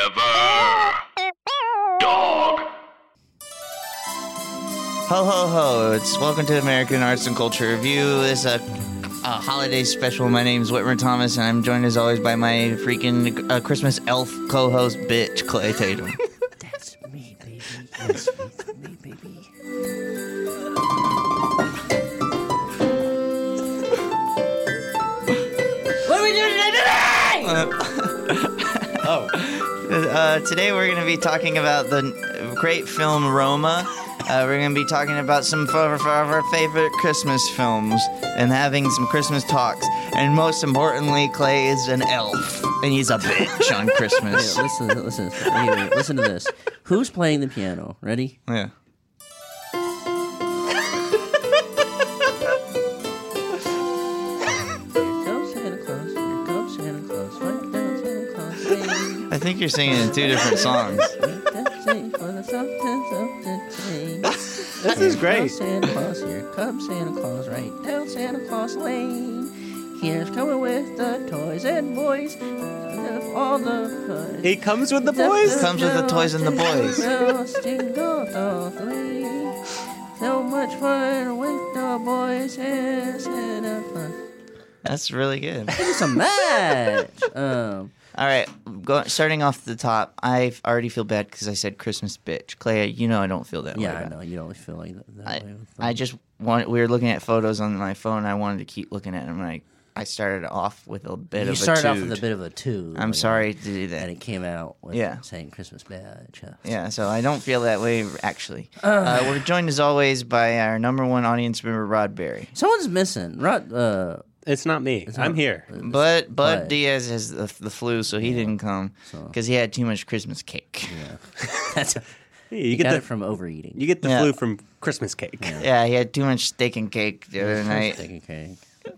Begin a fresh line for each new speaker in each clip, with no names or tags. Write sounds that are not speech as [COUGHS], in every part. Forever. Dog.
Ho ho ho! It's welcome to American Arts and Culture Review. This is a, a holiday special. My name's Whitmer Thomas, and I'm joined as always by my freaking uh, Christmas elf co-host, bitch Clay Tatum.
That's me, baby. That's me, baby. What are we doing
[LAUGHS]
today?
Uh, today we're going to be talking about the great film Roma. Uh, we're going to be talking about some of our- of our favorite Christmas films and having some Christmas talks. And most importantly, Clay is an elf, and he's a bitch on Christmas.
Listen, listen, listen. Wait, wait, listen to this. Who's playing the piano? Ready?
[LAUGHS] Yeah.
Here comes Santa Claus. Here comes Santa Claus. Right down Santa Claus. Lane.
I think you're singing in two different songs.
Ain't that safe for the something, something thing?
This is
Here
great.
comes Santa Claus, here comes Santa Claus, right down Santa Claus Lane. Here's coming with the toys and boys, and all the toys.
He comes with the boys.
Comes with the toys and the boys.
boys. so much fun with the boys and Santa Claus.
That's really good.
It's a match. Um,
All right, go, starting off the top, I already feel bad because I said Christmas bitch. Clay, you know I don't feel that way.
yeah, I
about-
know you don't feel like that, that
I,
way. with
I
them.
just want. We were looking at photos on my phone. I wanted to keep looking at them. And I I started off with a bit
you
of
started
a
off with a
toot.
bit of a two.
I'm sorry to do
and
that.
it came out with
Yeah.
saying Christmas badge.
Yeah, so I don't feel that way actually.
[SIGHS]
Uh, we're joined as always by our number one audience member Rod Berry.
Someone's missing. Rod, uh, [LAUGHS]
It's not me. I'm here.
But Bud
Bud.
Diaz has the, the flu, so he didn't come because he had too much Christmas cake.
that's,
Hey, you
got
get the
it from overeating.
you get the
Yeah.
flu from Christmas cake.
Yeah, he had too much steak and cake the
[LAUGHS]
other night.
Okay.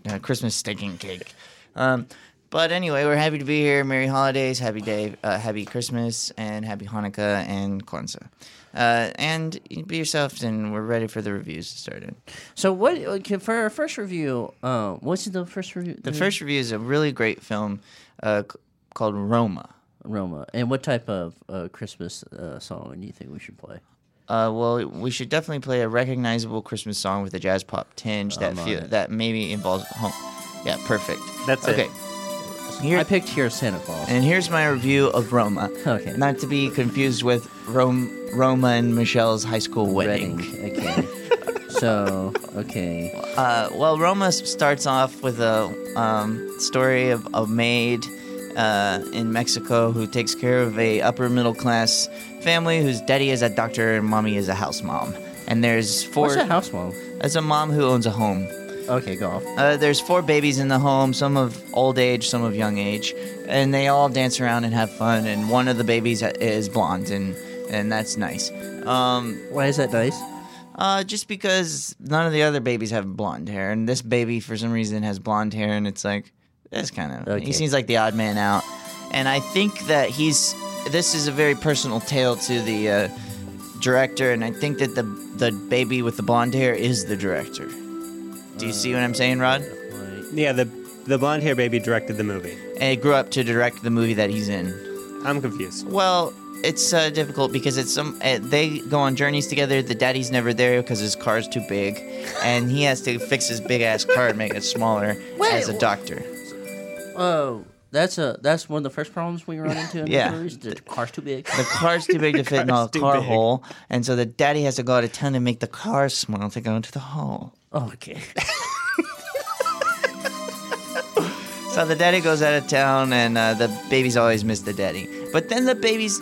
uh, Christmas stinking cake. Um, but anyway, we're happy to be here. Merry holidays, happy day, uh, happy Christmas, and happy Hanukkah and Kwanzaa. Uh, and be yourself, and we're ready for the reviews to start in.
So what okay, for our first review? Um, what's the first review?
Mm-hmm.
The first review is a really great film uh, c- called Roma.
Roma, and what type of uh, Christmas uh, song do you think we should play?
Uh, well, we should definitely play a recognizable Christmas song with a jazz pop
Oh
tinge that
I'm on
feel,
it.
that maybe involves home. Yeah, perfect.
That's it.
okay. Here-
I picked here Santa Claus.
And here's my review of Roma.
Okay.
Not to be confused with Rome, Roma and Michelle's high school wedding.
Reading. Okay.
[LAUGHS]
so okay.
Uh, well, Roma s- starts off with a um, story of a maid uh, in Mexico who takes care of a upper middle class family whose daddy is a doctor and mommy is a house mom. And there's four.
What's a house mom?
That's a mom who owns a home.
Okay, go off.
Uh, there's four babies in the home, some of old age, some of young age, and they all dance around and have fun. And one of the babies is blonde, and and that's nice. Um,
Why is that nice?
uh, just because none of the other babies have blonde hair, and this baby for some reason has blonde hair, and it's like that's kind of
Okay.
he seems like the odd man out. And I think that he's this is a very personal tale to the uh, director, and I think that the the baby with the blonde hair is the director. Do you see what I'm saying, Rod?
Like,
Yeah, the the blonde hair baby directed the movie.
and he grew up to direct the movie that he's in.
I'm confused.
Well, it's uh, difficult because it's some uh, they go on journeys together. The daddy's never there because his car's too big, and he has to fix his big ass car and make it smaller
Wait,
as a
wh-
doctor.
oh, that's a that's one of the first problems we run into.
[LAUGHS]
In
Yeah.
the movies. The car's
[LAUGHS]
too big.
The car's too big to
[LAUGHS]
fit in a
Car's too
car
big.
hole, and so the daddy has to go out of town to make the car small to go into the hole.
Oh, Okay.
So the daddy goes out of town, and uh, the babies always miss the daddy. But then the babies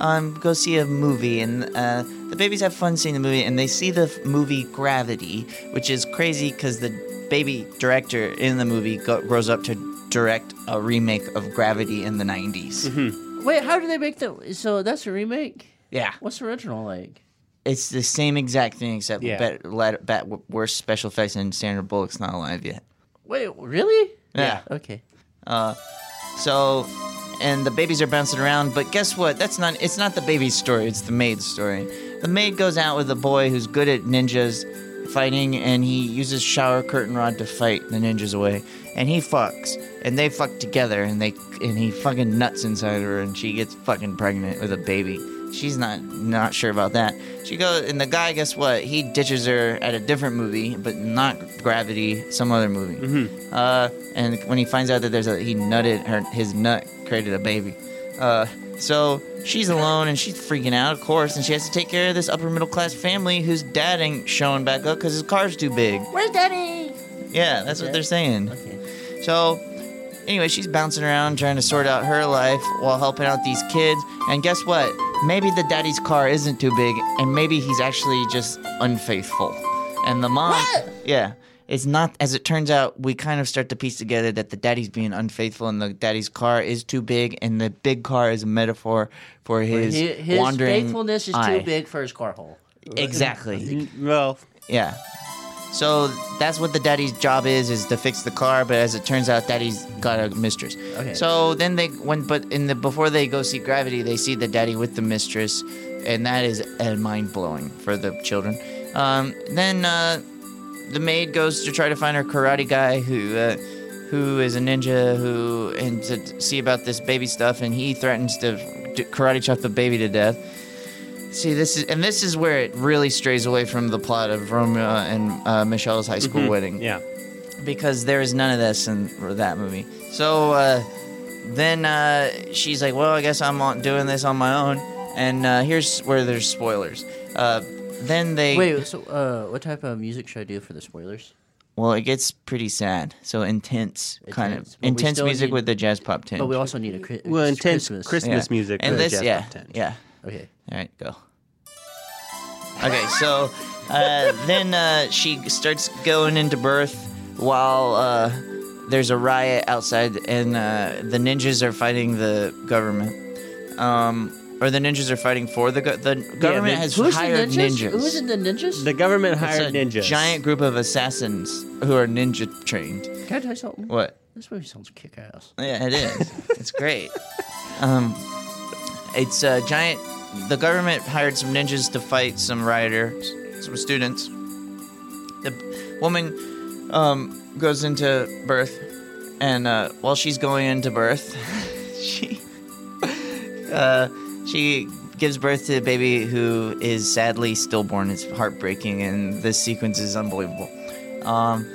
um, go see a movie, and uh, the babies have fun seeing the movie, and they see the f- movie Gravity, which is crazy because the baby director in the movie go- grows up to direct a remake of Gravity in the 90s.
Wait, how do they make the? So that's a remake.
Yeah.
What's the original like?
It's the same exact thing, except
Yeah.
bet, let, bet w- worse special effects, and Sandra Bullock's not alive yet.
Wait, really?
Yeah.
Okay.
So, and the babies are bouncing around, but guess what? That's not it's not the baby's story, it's the maid's story. The maid goes out with a boy who's good at ninjas fighting and he uses shower curtain rod to fight the ninjas away. and he fucks, and they fuck together, and they and he fucking nuts inside her, and she gets fucking pregnant with a baby. She's not not sure about that. She goes, and the guy, guess what? He ditches her at a different movie, but not Gravity, some other movie. Uh, and when he finds out that there's a he nutted her, his nut created a baby. Uh, so she's alone and she's freaking out, of course, and she has to take care of this upper middle class family whose dad ain't showing back up because his car's too big.
Where's Daddy?
Yeah, that's what
Okay.
they're saying.
Okay.
So, anyway, she's bouncing around trying to sort out her life while helping out these kids. And guess what? Maybe the daddy's car isn't too big, and maybe he's actually just unfaithful. And the mom,
What?
yeah, it's not. As it turns out, we kind of start to piece together that the daddy's being unfaithful, and the daddy's car is too big, and the big car is a metaphor for his,
His, his
wandering
faithfulness is
eye.
too big for his car hole.
Exactly.
Well,
Yeah. So that's what the daddy's job is, is to fix the car, but as it turns out, daddy's got a mistress.
Okay.
So then they when but in the before they go see Gravity, they see the daddy with the mistress, and that is uh, mind blowing for the children. Um, then uh, the maid goes to try to find her karate guy who uh, who is a ninja who and to see about this baby stuff, and he threatens to d- karate chop the baby to death. See, this is and this is where it really strays away from the plot of Romeo and uh, Michelle's high school wedding
Mm-hmm. yeah.
because there is none of this in that movie. So uh, then uh, she's like, "Well, I guess I'm on- doing this on my own." And uh, here's where there's spoilers. Uh, then they
Wait, so uh, what type of music should I do for the spoilers?
Well, it gets pretty sad. So intense, kind
Intense.
of
But we
intense
still
music
need-
with the jazz pop tinge.
But we also need a Chri-
Well,
it's
intense
Christmas.
yeah.
Christmas music
and
with a
this,
jazz
yeah,
pop tinge.
yeah.
Okay.
All right, go. Okay, so uh, then uh, she starts going into birth while uh, there's a riot outside, and uh, the ninjas are fighting the government. Um, or the ninjas are fighting for the go- the government
the-
has
Who's
hired
the ninjas?
ninjas.
Who's in the ninjas?
The
It's
government hired
a
ninjas.
giant group of assassins who are ninja trained.
Can I tell you something?
What?
This movie sounds kick ass.
Yeah, it is. it's great. Um, it's a giant. The government hired some ninjas to fight some rioters, some students. The woman um, goes into birth, and uh, while she's going into birth, [LAUGHS] she uh, she gives birth to a baby who is sadly stillborn. It's heartbreaking, and this sequence is unbelievable. Um,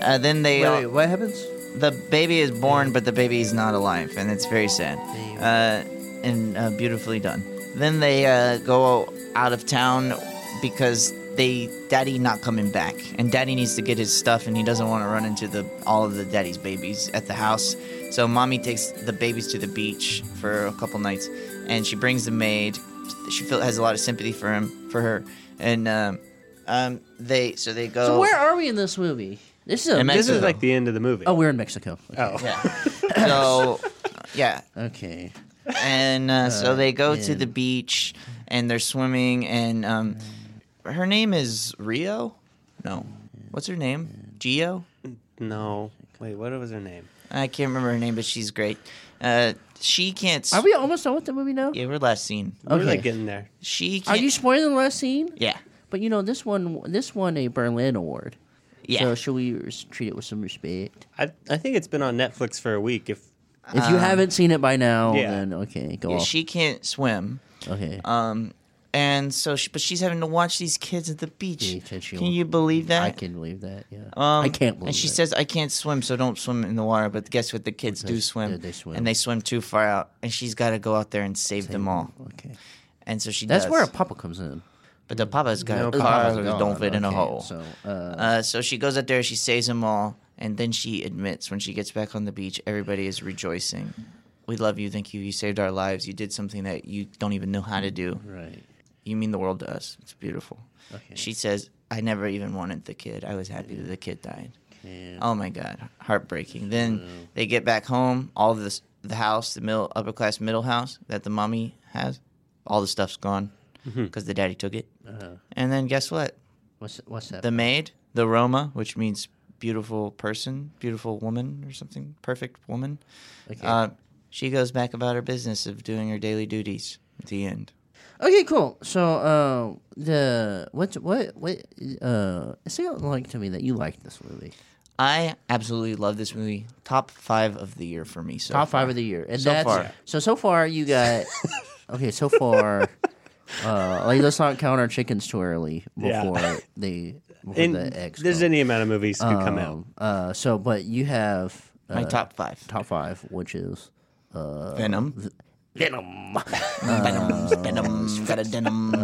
uh, then they
Wait,
all-
wait, what happens?
the baby is born, but the baby is not alive, and it's very sad uh, and uh, beautifully done. Then they uh, go out of town because they daddy not coming back, and daddy needs to get his stuff, and he doesn't want to run into the all of the daddy's babies at the house. So mommy takes the babies to the beach for a couple nights, and she brings the maid. She feel, has a lot of sympathy for him, for her, and um, um, they so they go.
So where are we in this movie? This is a
In
This
Mexico.
is like the end of the movie.
Oh, we're in Mexico. Okay.
Oh.
Yeah. So yeah,
Okay.
and uh, so they go to
and-
the beach and they're swimming and um, her name is rio no what's her name geo
No. Wait, what was her name?
i can't remember her name but she's great uh, she can't s-
Are we almost done with the movie now?
yeah we're last scene
We're
Okay.
like getting there.
she
Are
can't
you spoiling the last scene?
yeah
But you know this one. This won a Berlin Award.
yeah
So should we res- treat it with some respect?
I, I think it's been on Netflix for a week. If
If you haven't seen it by now,
yeah.
then okay, go
Um, Yeah,
off.
she can't swim
okay.
um, and so she, but she's having to watch these kids at the beach
Yeah, she-
can you believe that
I can believe that. Yeah.
Um,
I can't believe
And she
it.
says, "I can't swim, so don't swim in the water." But guess what? The kids do
Because-
swim,
yeah, they swim.
and they swim too far out. And she's got to go out there and save, them all.
Okay.
And so she
That's
does.
where a papa comes in.
but the papa's got
No,
a car
Papa's
who
gone,
don't fit in a
okay,
hole.
So,
So.
uh,
Uh, so she goes out there, she saves them all, and then she admits when she gets back on the beach, everybody is rejoicing. We love you, thank you. You saved our lives. You did something that you don't even know how to do.
right.
You mean the world to us. It's beautiful.
Okay.
She says, "I never even wanted the kid. I was happy that the kid died."
Yeah.
Oh my god, heartbreaking. Then they get back home, all of this the house, the middle upper class middle house that the mommy has, all the stuff's gone
Mm-hmm.
because the daddy took it.
Uh-huh.
And then guess what?
What's what's that?
The maid, the Roma, which means beautiful person, beautiful woman or something, perfect woman.
Okay.
Uh, she goes back about her business of doing her daily duties. At the end.
okay, cool. So uh, the what what what uh, it sounded like to me that you liked this movie.
I absolutely love this movie. Top five of the year for me. So
Top
far.
five of the year. And
So
that's,
far.
So so far you got okay. So far, uh, like let's not count our chickens too early
Yeah.
before they before
And
the X.
there's
go.
any amount of movies could come out.
Um, Uh, so but you have uh,
My top five.
top five, which is
Venom.
Venom.
[LAUGHS] Venom. Venom. Got a denim.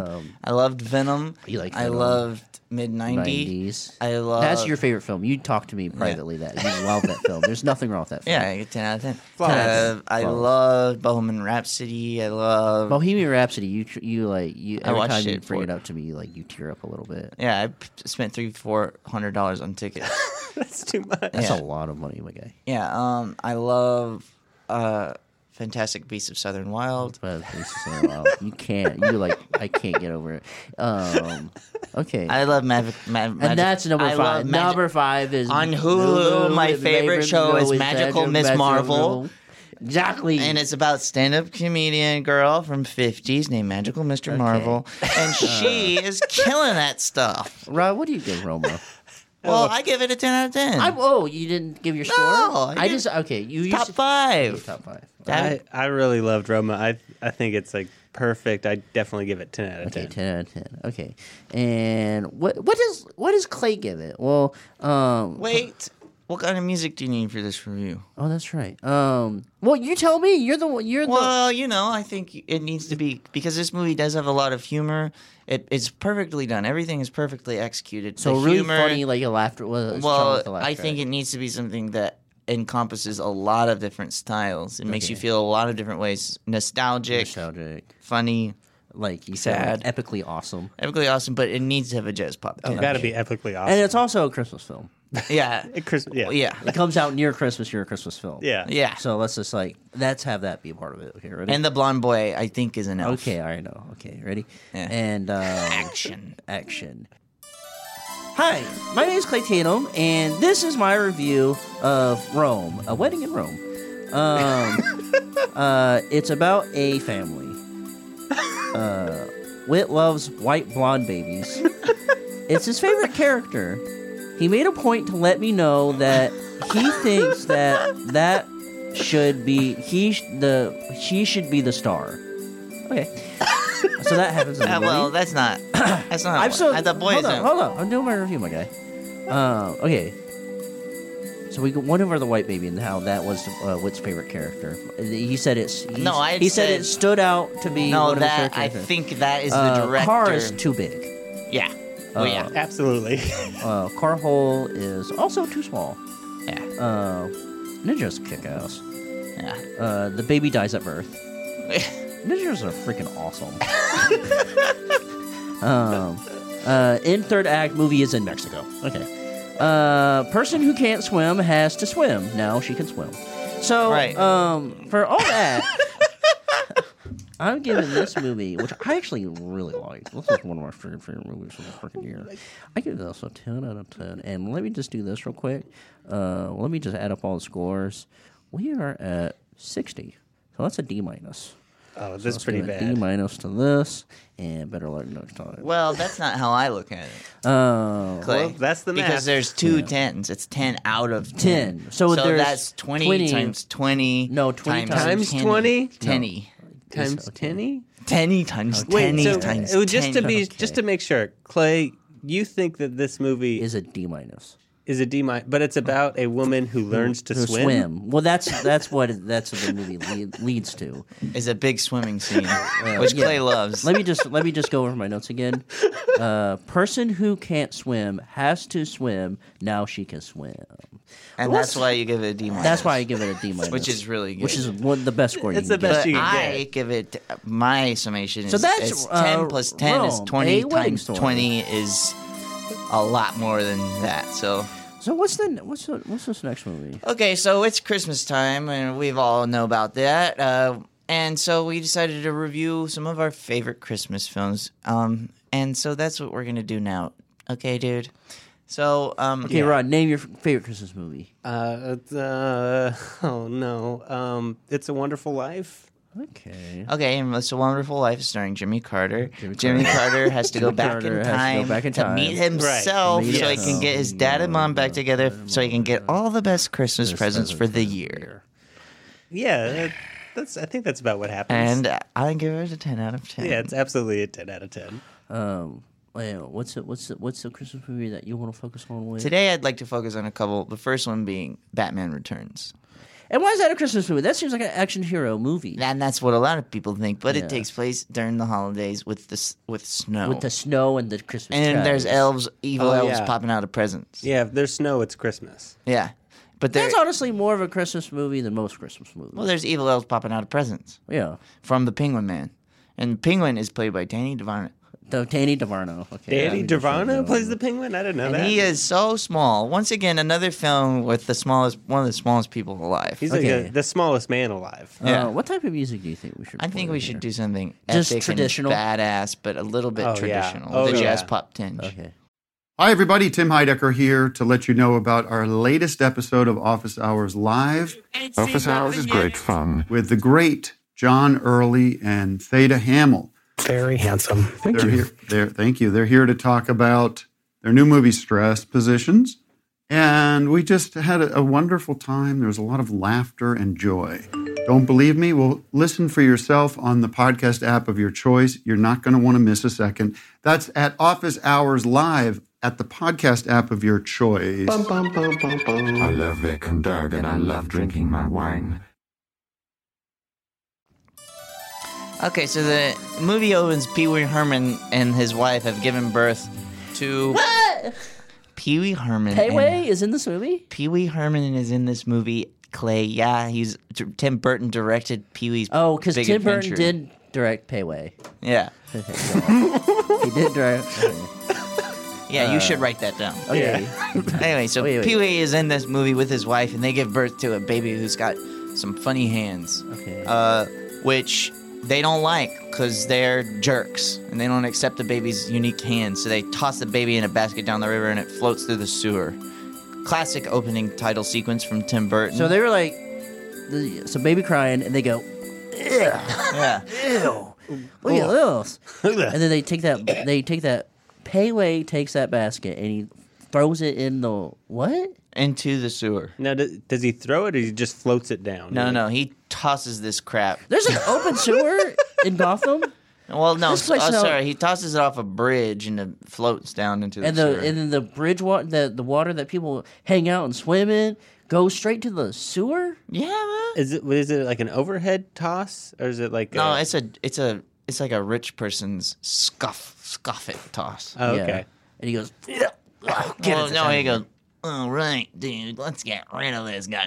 I loved Venom.
Um, You like
I
Venom.
loved mid 90s.
Nineties.
I love.
That's your favorite film. You talked to me privately that you love that film. There's nothing wrong with that
[LAUGHS]
film.
Yeah, I get 10 out of 10.
Flawless.
Uh, I love Bohemian Rhapsody. I love.
Bohemian Rhapsody. You tr- you like you
I
every
watched
time you
it
bring
for-
it up to me, like you tear up a little bit.
yeah, I p- spent three, four hundred dollars on tickets.
[LAUGHS] That's too much.
That's
Yeah.
a lot of money, my guy.
yeah, um, I love uh, Fantastic Beasts of Southern Wild.
But it's just like, wow, you can't. You like I can't get over it. Um, okay.
I love Maverick. Ma- Magic-
and that's number
I love
five.
Magic-
Number five is
On Hulu, my favorite show is Magical Miss
Magical
Marvel.
Exactly.
and it's about stand-up comedian girl from 50s named Magical Mr. Marvel,
[LAUGHS]
and she is killing that stuff.
Rob, what do you
[LAUGHS]
give Roma?
Well, I give it a 10 out of 10.
I'm, oh, you didn't give your score.
I
I
didn't-
just okay. You used
top
to-
five.
Top five.
That-
I, I really loved Roma. I I think it's like perfect. I definitely give it ten out of
Okay,
ten.
ten out of ten. Okay, and what what does what does Clay give it? Well, um,
Wait, what kind of music do you need for this review?
oh, that's right. Um, well, you tell me. You're the one. You're the.
Well, you know, I think it needs to be because this movie does have a lot of humor. It, it's perfectly done. Everything is perfectly executed.
So
the
really
humor,
funny, like a laughter. Well, it's strong
Well,
with the
I
laughter.
think it needs to be something that encompasses a lot of different styles. It makes you
Okay.
feel a lot of different ways: nostalgic,
nostalgic,
funny,
like you said,
Sad.
like, epically awesome.
epically awesome. But it needs to have a jazz pop.
Oh,
It's
too.
got to be epically awesome.
And it's also a Christmas film. [LAUGHS]
yeah,
It Chris- yeah.
yeah,
It comes out near Christmas. You're a Christmas film.
Yeah.
yeah.
So let's just like let's have that be a part of it here. Ready?
And the blonde boy, I think, is an elf.
okay, all right, no, okay, ready?
Yeah. [LAUGHS]
And um, [LAUGHS]
Action.
action. Hi, my name is Clay Tatum, and this is my review of Rome, a wedding in Rome. Um, uh, it's about a family. Uh, Wit loves white blonde babies. It's his favorite character. He made a point to let me know that he thinks that that should be he sh- the she should be the star. Okay, so that happens. In the
Uh, [LAUGHS]
movie.
well, that's not. That's not.
I'm
what-
so
uh, the boy
hold
is
on,
an-
hold on. I'm doing my review, my guy. Uh, okay. So we went over the white baby and how that was uh, Whit's favorite character. He said it's. he-
No, I
He said,
said-
it stood out to be.
No,
one of his favorite
that I
characters.
think that is
uh,
the director.
Car is too big.
yeah. Oh yeah.
[LAUGHS] Absolutely.
Uh, car hole is also too small.
Yeah.
Uh, ninjas kick ass.
Yeah.
Uh, the baby dies at birth. [LAUGHS] Ninjas are freaking awesome. [LAUGHS] um, uh, in third act, movie is in Mexico. Okay. Uh, person who can't swim has to swim. Now she can swim. So,
Right.
um, for all that, [LAUGHS] I'm giving this movie, which I actually really like. This is one of my freaking favorite movies of the freaking year. I give this a 10 out of 10. And let me just do this real quick. Uh, let me just add up all the scores. We are at 60. So that's a D minus.
Oh, this is
Let's
pretty
give a
bad.
D minus to this, and better luck next time.
Well, that's not how I look at it.
Uh,
Clay.
Well, that's the
because
math.
there's two tens. It's ten out of ten.
10. So there's
that's 20,
20
times twenty.
No, 20
times
10.
20?
Tenny.
times tenny.
Tenny times tenny
so
times
uh, just to
10.
be
Okay.
just to make sure, Clay, you think that this movie is,
is a D minus.
a D minus, but it's about a woman who learns to
To
swim.
Well, that's that's what it- that's what the movie lead, leads to.
[LAUGHS] is a big swimming
[LAUGHS]
scene, which
Uh, yeah.
Clay loves.
Let me just let me just go over my notes again. Uh, person who can't swim has to swim. Now she can swim.
and that's why you give it a D minus.
That's why I give it a D minus,
which is really good.
which is one of the best score.
It's
you
the
can get.
best
But
you can
I
get.
give it my summation. Is,
So that's,
is ten
uh,
plus ten is
Rome,
twenty
a wedding
times
story.
twenty is a lot more than that. So
So what's the what's the, what's this next movie?
okay, so it's Christmas time, and we've all know about that. Uh, and so we decided to review some of our favorite Christmas films. Um, and so that's what we're gonna do now. Okay, dude. So um,
Okay, Rod, name your f- favorite Christmas movie.
[LAUGHS] Uh, it's, uh, oh no. Um, it's a Wonderful Life.
Okay.
Okay, and It's a Wonderful Life starring Jimmy Carter. Jimmy,
Jimmy
Carter. has to go
Jimmy
back
Carter
in
has to go
time
back in
to
time.
meet himself
Meet
so he can get his dad and mom back together so he can get all the best Christmas presents for the year.
Yeah, that, that's. I think that's about what happens.
And I give it a 10 out of 10.
yeah, it's absolutely a ten out of ten.
Um. wait, What's the, what's the, what's the Christmas movie that you want to focus on with?
Today I'd like to focus on a couple. The first one being Batman Returns.
And why is that a Christmas movie? That seems like an action hero movie
And that's what a lot of people think, but
Yeah.
it takes place during the holidays with the, s- with snow.
with the snow and the Christmas.
and there's
trees.
elves, evil
Oh,
elves
yeah.
popping out of presents. Yeah.
Yeah, if there's snow, it's Christmas.
But there's
That's honestly more of a Christmas movie than most Christmas movies.
well, there's evil elves popping out of presents.
yeah.
from the Penguin Man, and Penguin is played by Danny DeVito,
The Danny DeVarno. Okay,
Danny
I'm just trying to
DeVano
go.
plays the penguin. I didn't know
and
that.
he is so small. Once again, another film with the smallest, one of the smallest people alive.
He's
Okay.
like a, the smallest man alive.
Uh,
yeah.
What type of music do you think we should?
I think
play
we
here?
should do something
Just
epic
traditional?
and badass, but a little bit
Oh, yeah.
traditional.
Oh,
the
yeah.
jazz pop tinge.
Okay.
Hi, everybody. Tim Heidecker here to let you know about our latest episode of Office Hours Live
Office hours is great fun.
with the great John Early and Theta Hamill.
Very handsome. Thank
They're here. They're, thank you. They're here to talk about their new movie, Stress Positions. And we just had a, a wonderful time. There was a lot of laughter and joy. Don't believe me? Well, listen for yourself on the podcast app of your choice. You're not going to want to miss a second. That's at Office Hours Live at the podcast app of your choice.
I love Vic and Doug, and I love drinking my wine.
Okay, so the movie opens. Pee Wee Herman and his wife have given birth to
What?
Pee Wee Herman. and-
Payway is in this movie.
Pee Wee Herman is in this movie. Clay, yeah, he's Tim Burton directed Pee Wee's.
Oh, because
Big
Tim Burton
Adventure.
did direct Payway.
Yeah,
He did direct. oh, okay.
yeah, you should write that down.
Uh, Okay. [LAUGHS]
Anyway, so
Wait, wait.
Pee Wee is in this movie with his wife, and they give birth to a baby who's got some funny hands, [LAUGHS]
Okay.
uh, which they don't like because they're jerks and they don't accept the baby's unique hands. So they toss the baby in a basket down the river, and it floats through the sewer. Classic opening title sequence from Tim Burton.
So they were like, the, so baby crying, and they go,
yeah,
ew, Oh. [LAUGHS] look at this. and then they take that, they take that, Payway takes that basket and he throws it in the what?
into the sewer.
Now, does, does he throw it or he just floats it down?
No, no, he tosses this crap.
There's an open [LAUGHS] sewer in Gotham,
Well, no,
This
oh,
place smell-
sorry, he tosses it off a bridge and it floats down into the
and the
sewer.
and then the bridge water, the the water that people hang out and swim in, goes straight to the sewer.
yeah, man.
Is it is it like an overhead toss or is it like
No,
a,
it's a it's a it's like a rich person's scuff scuff it toss.
oh, okay.
And he goes,
well, no, he goes, all right, dude, let's get rid of this guy.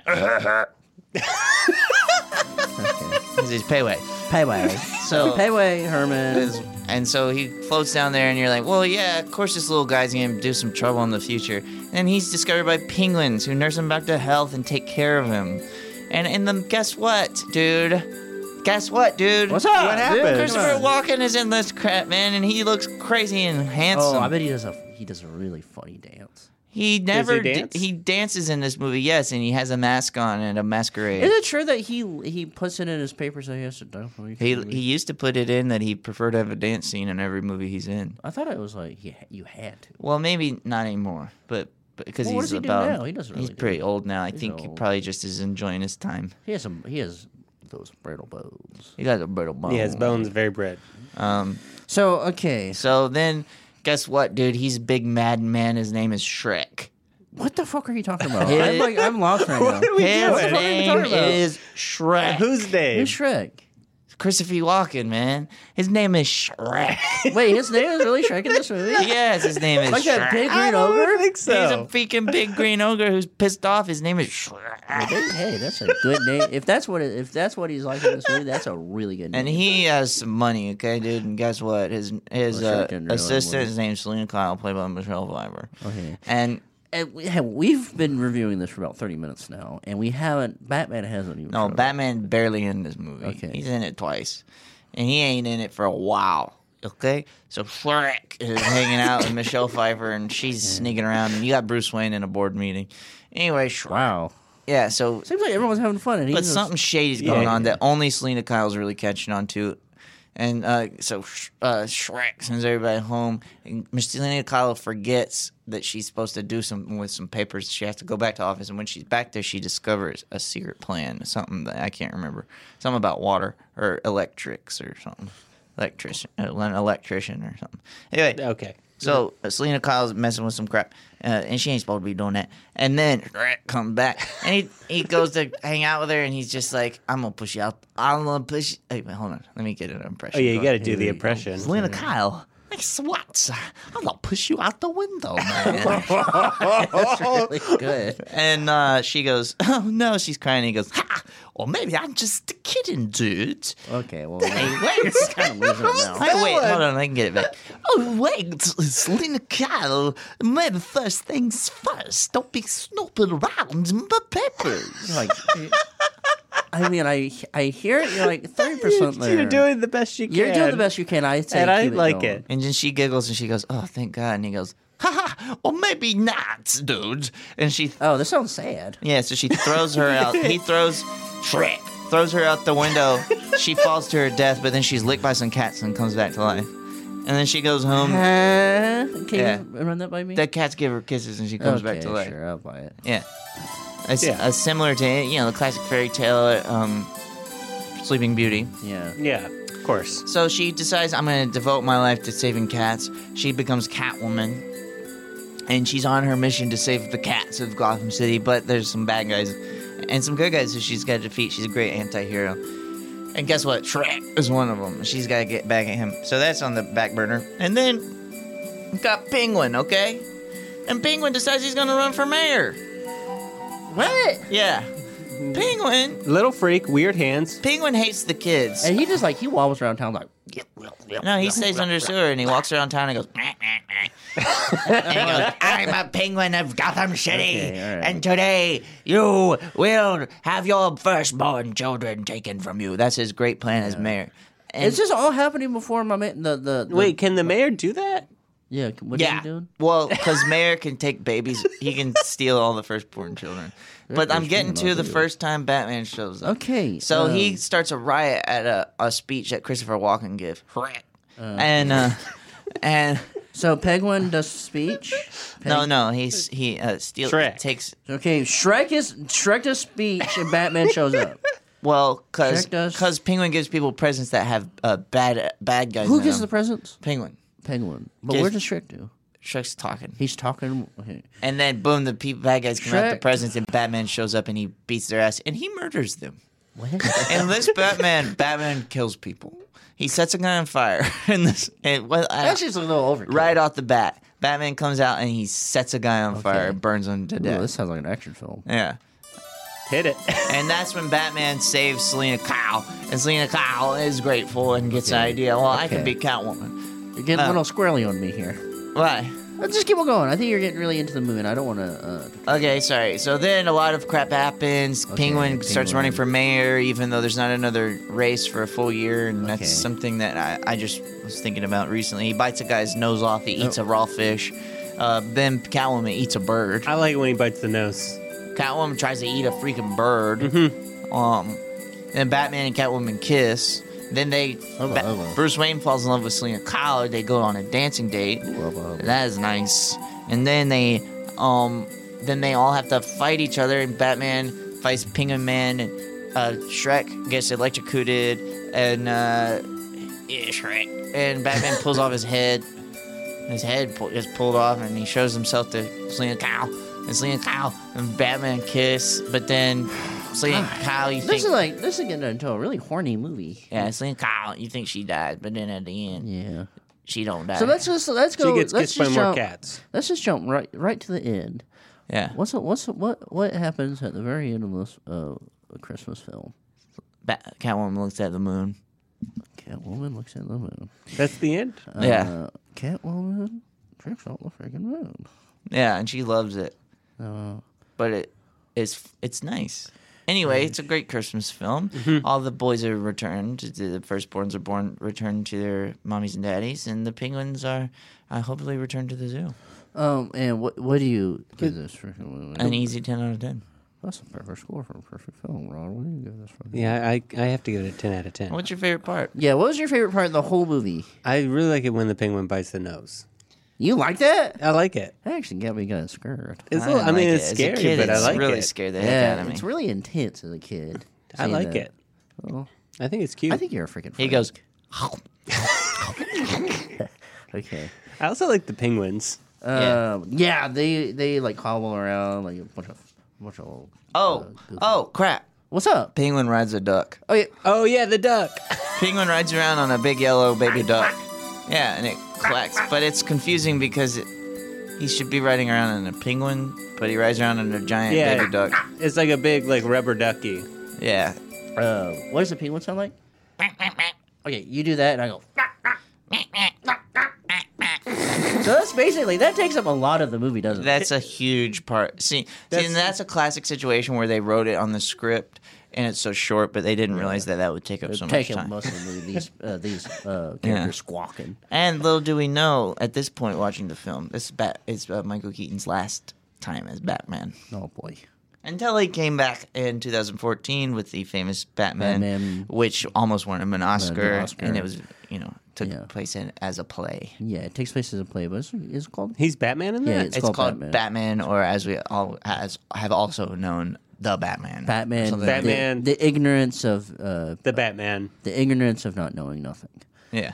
Because he's payway.
[LAUGHS]
Payway,
So
Payway, Herman.
is- and so he floats down there, and you're like, well, yeah, of course this little guy's gonna do some trouble in the future. And he's discovered by penguins who nurse him back to health and take care of him. And and then guess what, dude? Guess what, dude?
What's up?
What happened?
dude?
Christopher
Come on.
Walken is in this crap, man, and he looks crazy and handsome.
Oh, I bet he does a he does a really funny dance.
he never
he
d-
dance?
he dances in this movie, yes, and he has a mask on and a masquerade.
Is it true that he he puts it in his papers that he has to die for each
he
movie?
he used to put it in that he preferred to have a dance scene in every movie he's in.
I thought it was like he ha- you had to.
Well, maybe not anymore, but because
Well, what
he's
does he do
about
now? He doesn't
he's
really do
pretty old now. I think he
old.
probably just is enjoying his time.
He has some he has those brittle bones.
He got a brittle bone.
Yeah, his bones are very bread.
So okay,
So then, guess what, dude? He's a big madman. His name is Shrek.
what the fuck are you talking about?
His-
I'm like I'm
[LAUGHS]
lost right now.
we
His
doing? What are we
name
talking about?
is Shrek.
Who's
Who's
Dave?
Shrek?
Christopher Walken, man. His name is Shrek.
[LAUGHS] Wait, his name is really Shrek in this movie?
yes, his name is
Like
Shrek.
that big green ogre?
think
He's
so.
a freaking big green ogre who's pissed off. His name is Shrek.
Hey, that's a good name. If that's what it, if that's what he's like in this movie, that's a really good name.
And he has some money, okay, dude. And guess what? His his
Well, Shrek
uh,
didn't really Oh,
assistant
want-
is named Selena Kyle, played by Michelle Viber.
Okay.
And
and we have, we've been reviewing this for about thirty minutes now, and we haven't. Batman hasn't even.
no,
shown up.
Batman barely in this movie.
Okay.
He's in it twice, and he ain't in it for a while. Okay, so Shrek is hanging out with
[LAUGHS]
Michelle Pfeiffer, and she's sneaking around, and you got Bruce Wayne in a board meeting. Anyway, Shrek.
Wow.
yeah, so
Seems like everyone's having fun. And
but
he's
something shady's going
Yeah.
on that only Selena Kyle's really catching on to. And uh, so Sh- uh, Shrek sends everybody home, and Miss Selena Kyle forgets that she's supposed to do something with some papers. She has to go back to office, and when she's back there, she discovers a secret plan, something that I can't remember, something about water or electrics or something, electrician, an electrician or something. Anyway,
Okay.
so uh, Selena Kyle's messing with some crap, uh, and she ain't supposed to be doing that. And then Shrek comes back, and he, he goes to hang out with her, and he's just like, "I'm gonna push you out. I'm gonna push." You. Hey, wait, hold on, let me get an impression.
Oh yeah, you
Hold
got to
on.
do the impression.
Selena Kyle. Guess what? I'm gonna push you out the window, man.
[LAUGHS]
really good.
and uh, she goes, [LAUGHS] "Oh no!" She's crying. And he goes, "Ha! Or maybe I'm just kidding,
Oh,
dude."
Okay, well, [LAUGHS]
Hey, wait.
kind of losing
[LAUGHS]
it now.
Hey, wait, hold on, I can get it back. Oh, wait, Selena Kyle, maybe first things first, don't be snooping around my papers.
Like, I mean, I I hear it. You're
[LAUGHS]
like thirty percent there.
[LAUGHS] You're doing the best you can.
You're doing the best you can. I say,
And I
keep
like
going.
it.
And then she giggles and she goes, oh, thank God. And he goes, ha ha, well, maybe not, dude. And she,
Oh, this sounds sad.
yeah, so she throws her out. [LAUGHS] He throws, Shrek, throws her out the window. She falls to her death, but then she's licked by some cats and comes back to life. And then she goes home.
Huh? Can
Um, Yeah.
you run that by me?
The cats give her kisses and she comes
okay,
back to life.
sure, I'll buy it.
Yeah. It's
Yeah.
Uh, similar to, you know, the classic fairy tale, um, Sleeping Beauty.
Yeah.
Yeah, of course.
So she decides, I'm going to devote my life to saving cats. She becomes Catwoman. And she's on her mission to save the cats of Gotham City, but there's some bad guys and some good guys who she's got to defeat. She's a great anti hero. And guess what? Shrek is one of them. She's got to get back at him. So that's on the back burner. And then we've got Penguin, okay? And Penguin decides he's going to run for mayor.
What?
Yeah. Penguin
Little freak, weird hands.
Penguin hates the kids.
And he just like he wobbles around town like
No, he stays under a sewer and he walks around town and goes, meh, meh, meh. and he
[LAUGHS]
goes, I'm a penguin of Gotham City,
Okay, all right.
and today you will have your firstborn children taken from you. That's his great plan as mayor. And
it's just all happening before my man. The, the the-
Wait, can the mayor do that?
yeah. What are
yeah,
you doing?
well,
[LAUGHS]
because mayor can take babies, he can steal all the firstborn children. But I'm getting to the first time Batman shows up.
Okay.
So
um,
he starts a riot at a, a speech that Christopher Walken gave. and
[LAUGHS]
uh, and
So Penguin does speech.
no, no, he's he uh, steals
Shrek.
takes
Okay, Shrek is Shrek does speech and Batman shows [LAUGHS] up.
well because
Shrek does.
because Penguin gives people presents that have uh, bad bad guys.
Who
in
gets the
them.
presents?
Penguin?
Penguin. But
Gives-
where does Shrek do?
Shrek's talking,
He's talking. Okay.
and then boom, the pe- bad guys come out with the
Shrek.
presents, and Batman shows up and he beats their ass and he murders them.
[LAUGHS] What?
And this Batman, Batman kills people. He sets a gun on fire, [LAUGHS] and this and well, I-
That's just a little overkill.
right off the bat, Batman comes out and he sets a guy on fire and burns him to
Ooh,
death.
This sounds like an action film.
yeah.
Hit it.
And that's when Batman saves Selena Kyle. And Selena Kyle is grateful and gets an idea. Well, I can
Okay.
be Catwoman.
You're getting a little squirrely on me here.
Why?
Let's just keep on going. I think you're getting really into the movie. and I don't want to. Uh,
Okay, sorry. So then a lot of crap happens. Penguin, starts
Penguin.
running for mayor, even though there's not another race for a full year. And
Okay.
that's something that I, I just was thinking about recently. He bites a guy's nose off,
Oh.
he eats a raw fish. Uh, then Catwoman eats a bird.
I like when he bites the nose.
Catwoman tries to eat a freaking bird. Um, then Batman and Catwoman kiss. Then they
Hubba,
Ba-
hubba.
Bruce Wayne falls in love with Selena Kyle. They go on a dancing date.
hubba, hubba.
That is nice. And then they um then they all have to fight each other. And Batman fights Penguin Man. And uh, Shrek gets electrocuted. And uh, yeah, Shrek. And Batman pulls off his head. His head pu- is pulled off, and he shows himself to Selena Kyle. And Selena Kyle and Batman kiss, but then
[SIGHS]
Selena Kyle, you think
this is like this is getting into a really horny movie.
yeah, Selena Kyle, you think she died, but then at the end,
Yeah.
she don't die.
So let's just let's
She
go.
gets
let's
kissed by
just
more
jump,
cats.
Let's just jump right right to the end.
yeah,
What's what's what what happens at the very end of this uh, Christmas film?
ba- Catwoman looks at the moon.
Catwoman looks at the moon.
That's the end.
yeah,
Uh, Catwoman trips out the freaking moon.
yeah, and she loves it,
Uh,
but it it's it's nice. Anyway, it's a great Christmas film.
Mm-hmm.
All the boys are returned. The firstborns are born returned to their mommies and daddies, and the penguins are uh, hopefully returned to the zoo.
um, and what what do you give this freaking movie?
An easy ten out of ten.
That's a perfect score for a perfect film, Ron. What do you give this fucking?
Yeah, I I have to give it a ten out of ten.
What's your favorite part?
Yeah, what was your favorite part in the whole movie?
I really like it when the penguin bites the nose.
You liked it?
I like it.
That actually got me kind of scared.
It's a little, I,
didn't
mean,
like
it's
it. As
scary,
a kid,
but I
it's
like
really
it.
scared the heck out
Yeah,
of me.
it's really intense as a kid.
I
seeing
like
that.
it. I think it's cute.
I think you're a freaking.
he
Freak.
goes,
okay.
I also like the penguins.
Yeah.
Um, yeah, they they like hobble around like a bunch of bunch of. Old,
"Oh, oh, crap!
What's up?
Penguin rides a duck.
Oh yeah.
Oh yeah, the duck.
Penguin rides around on a big yellow baby duck. Yeah, and it clacks. But it's confusing because it, he should be riding around on a penguin, but he rides around on a giant
Yeah.
baby duck.
It's like a big like rubber ducky.
Yeah,
Uh, what does the penguin sound like? Okay, you do that, and I go. so that's basically that takes up a lot of the movie, doesn't it?
that's a huge part. See, see,
That's-
and that's a classic situation where they wrote it on the script, and it's so short, but they didn't realize that that would take up so much
Taking
time.
most of the movie, these uh, these uh,
[LAUGHS]
characters
Yeah.
squawking.
And little do we know at this point, watching the film, this bat is uh, Michael Keaton's last time as Batman
Oh boy.
until he came back in 2014 with the famous Batman,
Batman.
which almost won him an Oscar,
Oscar.
and it was you know took
Yeah.
place in as a play.
Yeah, it takes place as a play, but it's, it's called.
He's Batman in
Yeah,
that.
it's-
It's,
called
called,
Batman.
Batman. or as we all as have also known, the Batman.
Batman,
Something like
Batman.
The, the ignorance of uh,
the Batman.
the ignorance of not knowing nothing.
that. yeah.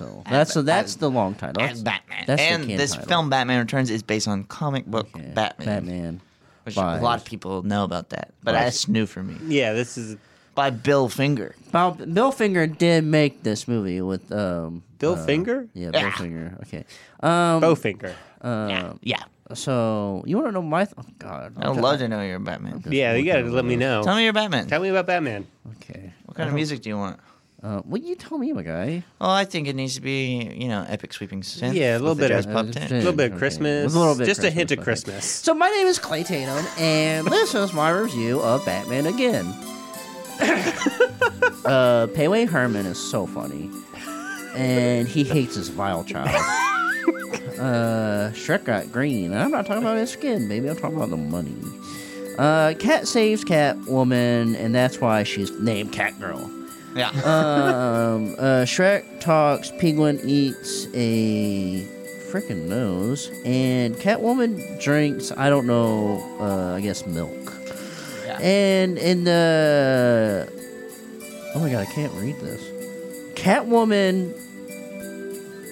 So that's so that's the long title.
And Batman.
That's the
and
can
this
title.
film, Batman Returns, is based on comic book
Yeah,
Batman.
Batman.
Which
by-
a lot of people know about that, but that's new for me.
Yeah, this is
By Bill Finger.
Bob, Bill Finger did make this movie with um
Bill
uh,
Finger.
Yeah, Bill
Ah.
Finger. Okay. Um.
Bowfinger.
yeah. yeah.
So you want to know my? Th- oh God.
I would love to know your Batman.
Yeah, you gotta let me know.
Tell me your Batman.
Tell me about Batman.
Okay.
what kind of music do you want?
Uh, well, you tell me, my guy.
Oh, I think it needs to be, you know, epic sweeping synth.
Yeah, a little
with the
bit of-
jazz pop tin.
A little bit of
Okay.
Christmas.
A little bit of
Just a hint of
Christmas,
Christmas.
So my name is Clay Tatum, and this is my review of Batman again. uh, Pee-wee Herman is so funny, and he hates his vile child. Uh, Shrek got green, and I'm not talking about his skin, baby. I'm talking about the money. Uh, Cat saves Catwoman, and that's why she's named Catgirl.
Yeah.
[LAUGHS]
Um, uh, Shrek talks, Penguin eats a freaking nose, and Catwoman drinks, I don't know, uh, I guess milk.
Yeah.
And in the. Oh my god, I can't read this. Catwoman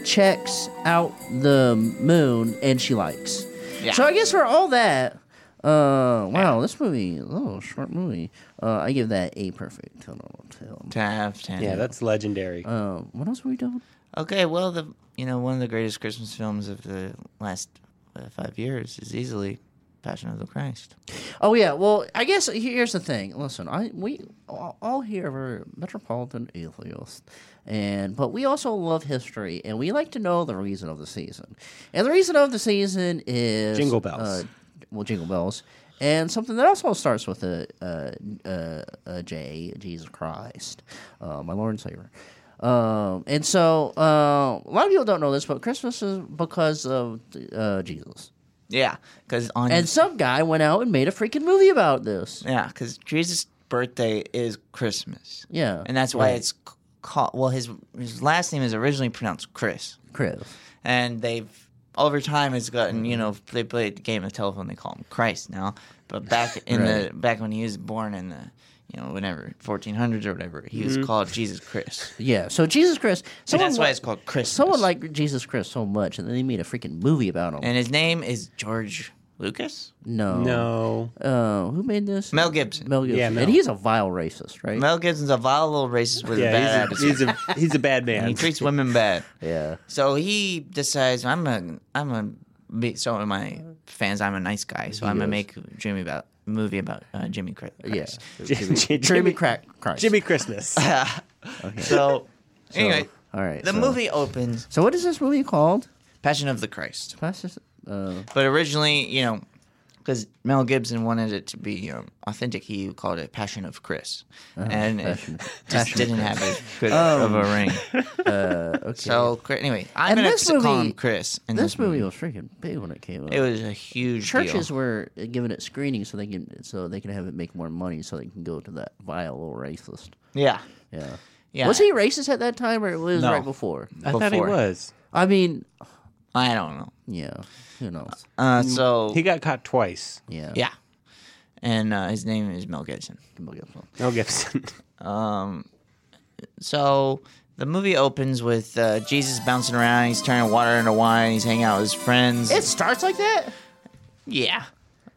checks out the moon and she likes.
Yeah.
So I guess for all that, uh, wow, this movie, oh, short movie. Uh, I give that a perfect 10 out of 10.
Tav, Tan.
Yeah, that's legendary.
Uh, what else were we doing?
Okay, well, the you know one of the greatest Christmas films of the last uh, five years is easily Passion of the Christ.
Oh yeah. Well, I guess here's the thing. Listen, I we all all here are metropolitan atheists, and but we also love history, and we like to know the reason of the season. And the reason of the season is
Jingle bells.
Uh, well, jingle bells, and something that also starts with a, a, a, a J, Jesus Christ, uh, my Lord and Savior. Um, and so uh, a lot of people don't know this, but Christmas is because of uh, Jesus.
Yeah, because on
And some guy went out and made a freaking movie about this.
yeah, because Jesus' birthday is Christmas,
Yeah.
and that's why it's c- called. Well, his his last name is originally pronounced Chris,
Chris.
and they've over time it's gotten you know they played the game of telephone they call him Christ now, but back in the back when he was born in the you know whenever 1400s or whatever he was called Jesus Chris.
Yeah. So Jesus Christ.
And
Someone
that's why
li-
it's called Christmas.
Someone liked Jesus Christ so much, and then they made a freaking movie about him.
And his name is George Lucas?
no.
no.
Uh, who made this?
Mel Gibson. Mel,
Mel Gibson.
Yeah, Mel.
And he's a vile racist, right?
Gibson's a vile little racist with a
Yeah,
bad
he's a,
attitude.
he's a he's a bad
And he
man. [LAUGHS]
treats women bad.
yeah.
So he decides I'm a I'm a be- so are my fans I'm a nice guy. So I'm gonna make Jimmy about movie about uh, Jimmy Cra-
Yeah.
Christ.
Jimmy,
Jimmy Crack Christ.
Jimmy Christmas.
So anyway,
All right.
the
so-
movie opens
So what is this movie called?
Passion of the Christ.
Passion- Uh,
But originally, you know, because Mel Gibson wanted it to be um, authentic. He called it Passion of Chris, and it
Oh, Passion-
just
Passion of Oh.
didn't have as good of a ring.
[LAUGHS] Uh, okay.
So cri- anyway, I'm
And
gonna
this
s- call
movie-
him Chris. In
this movie was freaking big when it came out.
it was a huge
Churches
deal.
were giving it screenings so they can so they can have it make more money so they can go to that vile little racist.
Yeah,
Yeah.
yeah.
Was he racist at that time or it was
No.
right before?
I thought he
Before.
was.
I mean,
I don't know.
yeah. Who knows?
Uh, so
He got caught twice.
Yeah.
yeah, and uh, his name is Mel Gibson.
Mel Gibson.
So the movie opens with uh, Jesus bouncing around. He's turning water into wine. He's hanging out with his friends.
It starts like that?
yeah.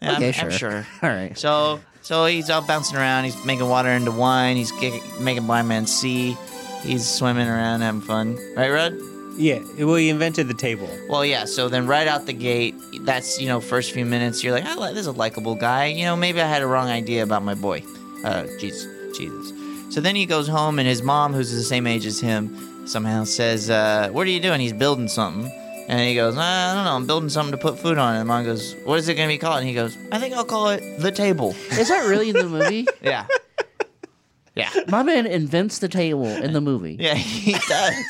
Okay,
I'm,
sure.
I'm sure.
[LAUGHS] All right.
So so he's all bouncing around. He's making water into wine. He's kick, making blind man see. He's swimming around, having fun. Right, Rod?
[LAUGHS] yeah. Well, he invented the table.
Well, yeah. So then, right out the gate, that's you know, first few minutes, you're like, I like this is a likable guy. You know, maybe I had a wrong idea about my boy. Uh, Jesus, Jesus. So then he goes home, and his mom, who's the same age as him, somehow says, uh, "What are you doing?" He's building something, and he goes, "I don't know. I'm building something to put food on." And the mom goes, "What is it going to be called?" And he goes, "I think I'll call it the table." [LAUGHS]
Is that really in the movie? [LAUGHS]
Yeah. Yeah.
My man invents the table in the movie.
Yeah, he [LAUGHS] does.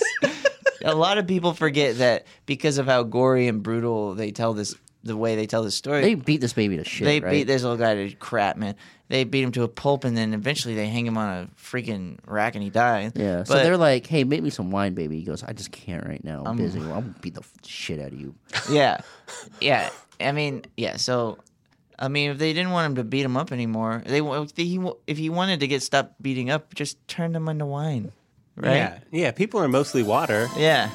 a lot of people forget that because of how gory and brutal they tell this, the way they tell this story.
They beat this baby to shit.
they
right?
beat this little guy to crap, man. They beat him to a pulp, and then eventually they hang him on a freaking rack, and he dies.
Yeah.
but
so they're like, "Hey, make me some wine, baby." He goes, "I just can't right now. I'm busy. Well, I'm gonna beat the f- shit out of you."
[LAUGHS] yeah, yeah. I mean, yeah. So, I mean, if they didn't want him to beat him up anymore, they wa- if he wa- if he wanted to get stopped beating up, just turned him into wine, right?
Yeah. Yeah. People are mostly water.
Yeah.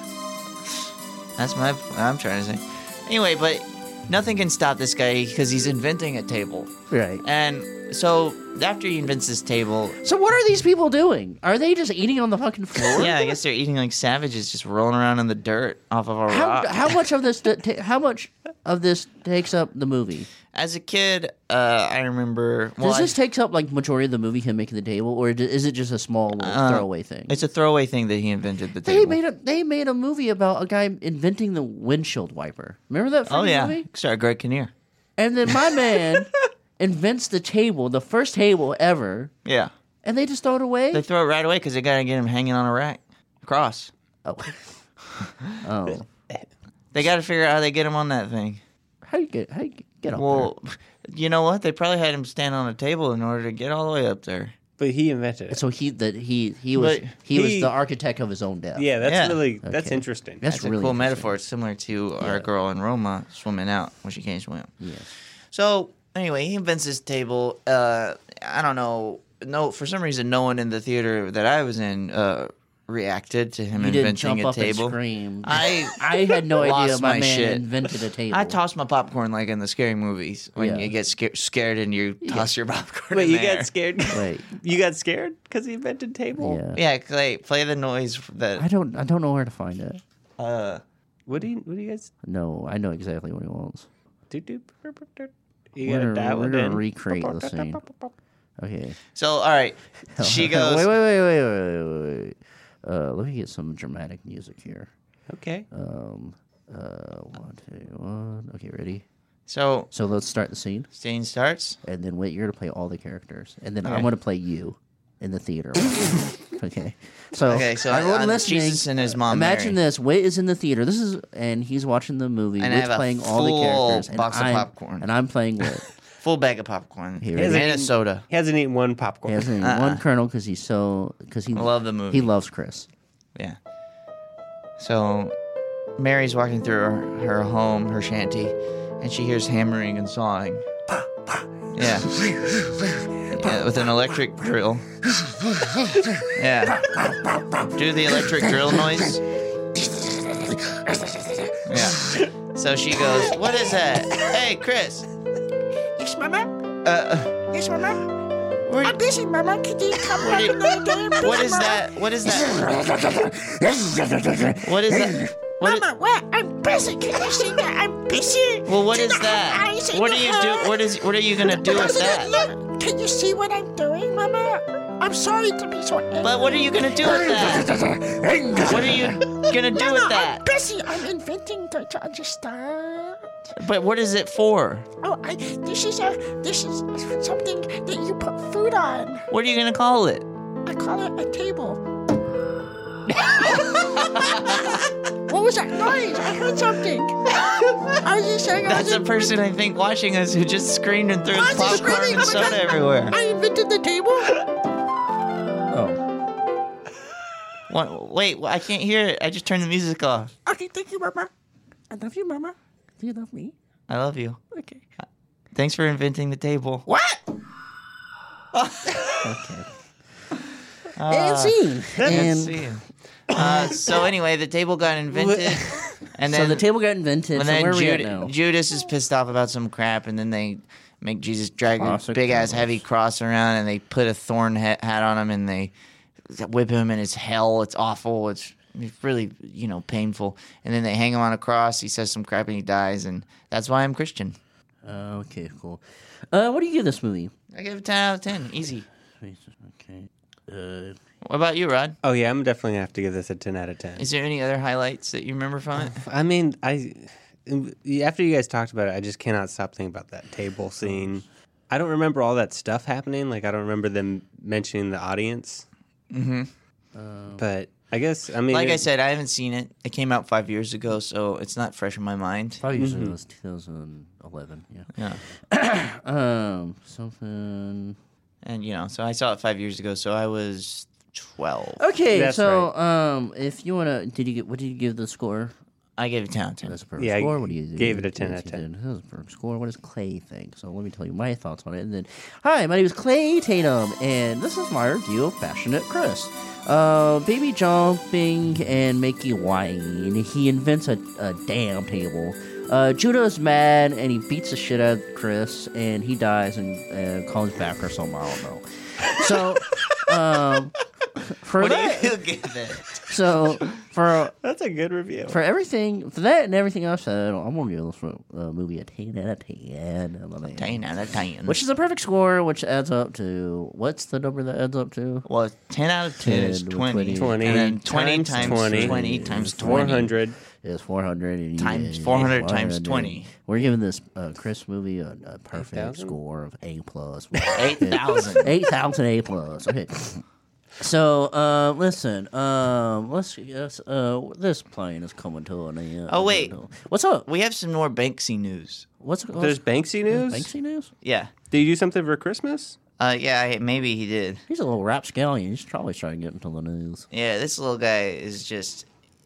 That's my what I'm trying to say. Anyway, but nothing can stop this guy because he's inventing a table.
Right.
And so after he invents this table,
So what are these people doing? Are they just eating on the fucking floor?
yeah, I guess they're eating like savages, just rolling around in the dirt off of a
How
rock.
how much of this ta- ta- how much of this takes up the movie?
As a kid, uh, I remember. Well,
Does this
I-
take up like majority of the movie him making the table, or d- is it just a small little
Uh,
throwaway thing?
it's a throwaway thing that he invented the
They
table.
made a they made a movie about a guy inventing the windshield wiper. Remember that?
oh
freaking
yeah,
movie?
sorry, Greg Kinnear.
And then my
[LAUGHS]
man invents the table, the first table ever,
Yeah,
and they just throw it away.
they throw it right away because they gotta get him hanging on a rack across.
Oh. [LAUGHS] oh.
They gotta figure out how they get him on that thing.
How you get how you get up there?
Well, you know what? They probably had him stand on a table in order to get all the way up there.
But he invented it.
So he that he he was
But
he was
he-
the architect of his own death.
Yeah. That's
Yeah.
really. That's
Okay.
interesting.
That's,
It's a
really
cool
interesting.
metaphor. It's similar to our girl in Roma swimming out when she can't swim.
Yes.
So anyway, he invents this table. Uh, I don't know. No, for some reason, no one in the theater that I was in uh, reacted to him
You
inventing
didn't jump
a
up
table.
and scream.
I
[LAUGHS] I had no
[LAUGHS]
idea
lost
my,
my
man
shit.
invented a
[LAUGHS]
table.
I toss my popcorn like in the scary movies when
Yeah.
you get sca- scared and you toss your popcorn.
Wait,
in
you
the air.
got scared?
Wait.
[LAUGHS] You got scared because he invented table?
Yeah.
Yeah, Clay, play the noise that uh,
I don't I don't know where to find it.
What do you? What do you guys?
No, I know exactly what he wants.
Do do. You
We're
gotta
gonna-
dial
we're
it
gonna
in.
recreate the scene. Okay.
So, all right.
[LAUGHS]
She goes,
Oh, wait, wait, wait, wait, wait, wait, wait. Uh, let me get some dramatic music here.
Okay.
Um, uh, one, two, one. Okay, ready?
So,
So let's start the scene,
scene starts.
and then wait, you're gonna play all the characters, and then I'm
Okay.
gonna play you in
[LAUGHS]
the theater. okay. So
Okay, so
everyone
I'm
listening,
Jesus and his mom.
imagine
Mary.
this: Wit is in the theater. This is, and he's watching the movie.
And I
Wit's
have a
playing all the
full
characters, and
box of
I'm,
popcorn.
and I'm playing Wit.
Full bag of popcorn.
Here
Here
it is.
Minnesota.
He hasn't eaten one
He
popcorn.
hasn't
[LAUGHS]
eaten one kernel because he's so because he
I love the movie.
he loves Chris.
Yeah. So Mary's walking through her, her home, her shanty, and she hears hammering and sawing. Yeah. yeah. With an electric drill. Yeah. Do the electric drill noise. Yeah. So she goes, What is that? Hey, Chris.
Yes, Mama.
Uh,
Yes, Mama.
where-
I'm busy, Mama. Could you come
what,
back another day? I'm busy,
what is
Mama.
that? What is that? What is that? What is,
Mama, what? I'm busy. Can you see that? I'm busy.
well, what
Do
is
not have
that?
eyes in
What do
your
you
head.
do? What is? What are you gonna do
Mama,
with that?
Look, can you see what I'm doing, Mama? I'm sorry to be so angry.
But what are you gonna do with that? What are you gonna do
No,
with
no,
that?
I'm busy. I'm inventing to, to understand.
But what is it for?
Oh, I, this is a this is something that you put food on.
What are you gonna call it?
I call it a
[LAUGHS]
table. what was that noise? I heard something. I was just saying. I
That's
was
a person I think watching us who just screamed and threw his
I was
popcorn
screaming,
and
oh my God.
soda everywhere.
I invented the table.
Oh.
What, wait, I can't hear it. I just turned the music off.
Okay, thank you, Mama. I love you, Mama. Do you love me?
I love you.
Okay.
Thanks for inventing the table.
What?
and scene.
Let's
And
see. Uh, so anyway, the table
[LAUGHS]
got invented, and
so
then
the table got invented.
and
So
then
where are we at
Jud-
now?
Judas is pissed off about some crap, and then they make Jesus drag
Classic
a big ass
Judas.
heavy cross around, and they put a thorn ha- hat on him, and they whip him, and it's hell. It's awful. It's it's really you know painful. And then they hang him on a cross. He says some crap, and he dies, and that's why I'm Christian.
okay, cool. Uh, what do you give this movie?
I give it ten out of ten, easy.
Okay. Uh,
What about you, Rod?
Oh yeah, I'm definitely gonna have to give this a ten out of ten.
Is there any other highlights that you remember from it?
I mean, I after you guys talked about it, I just cannot stop thinking about that table scene. I don't remember all that stuff happening. Like I don't remember them mentioning the audience. Mm-hmm. but I guess I mean,
Like I
it-
said, I haven't seen it. It came out five years ago, so it's not fresh in my mind.
probably usually it was 2011. Yeah.
Yeah.
[COUGHS] Um, something.
And you know, so I saw it five years ago, so I was twelve.
Okay,
That's
so um, if you wanna, did you get? What did you give the score?
I gave it ten out of ten.
That's a perfect
Yeah, I
score. What do you think?
gave it a 10 out of 10.
That was a perfect score. What does Clay think? So let me tell you my thoughts on it. And then, hi, my name is Clay Tatum, and this is my review of Passionate Chris. Uh, baby jumping and making wine. He invents a, a damn table. Uh, Judah is mad and he beats the shit out of Chris and he dies and uh, comes back or something. I don't know. So,
[LAUGHS]
um, for
What
that,
do you [LAUGHS] give it?
so for
that's a good review.
for everything for that and everything else, I don't, I'm gonna give this mo- uh, movie a ten out of ten. I'm a man.
Ten out of ten.
which is a perfect score, which adds up to what's the number that adds up to?
well, ten out of ten, is
10 with
twenty.
20
And then twenty
times
times
20
twenty, times
Four
twenty.
hundred.
Is 400 and
Times
yeah,
400 times 20.
We're giving this uh, Chris movie a, a perfect
8,000?
score of A plus.
[LAUGHS] Eight thousand.
[LAUGHS] Eight thousand A plus. Okay. So uh, listen, um, let's yes, uh, this plane is coming to an end.
Oh, wait.
what's up?
We have some more Banksy news.
What's, what's
There's Banksy news.
Banksy news?
Yeah.
Did you do something for Christmas?
Uh, yeah. I- Maybe he did.
He's a little rapscallion. He's probably trying to get into the news.
Yeah. This little guy is just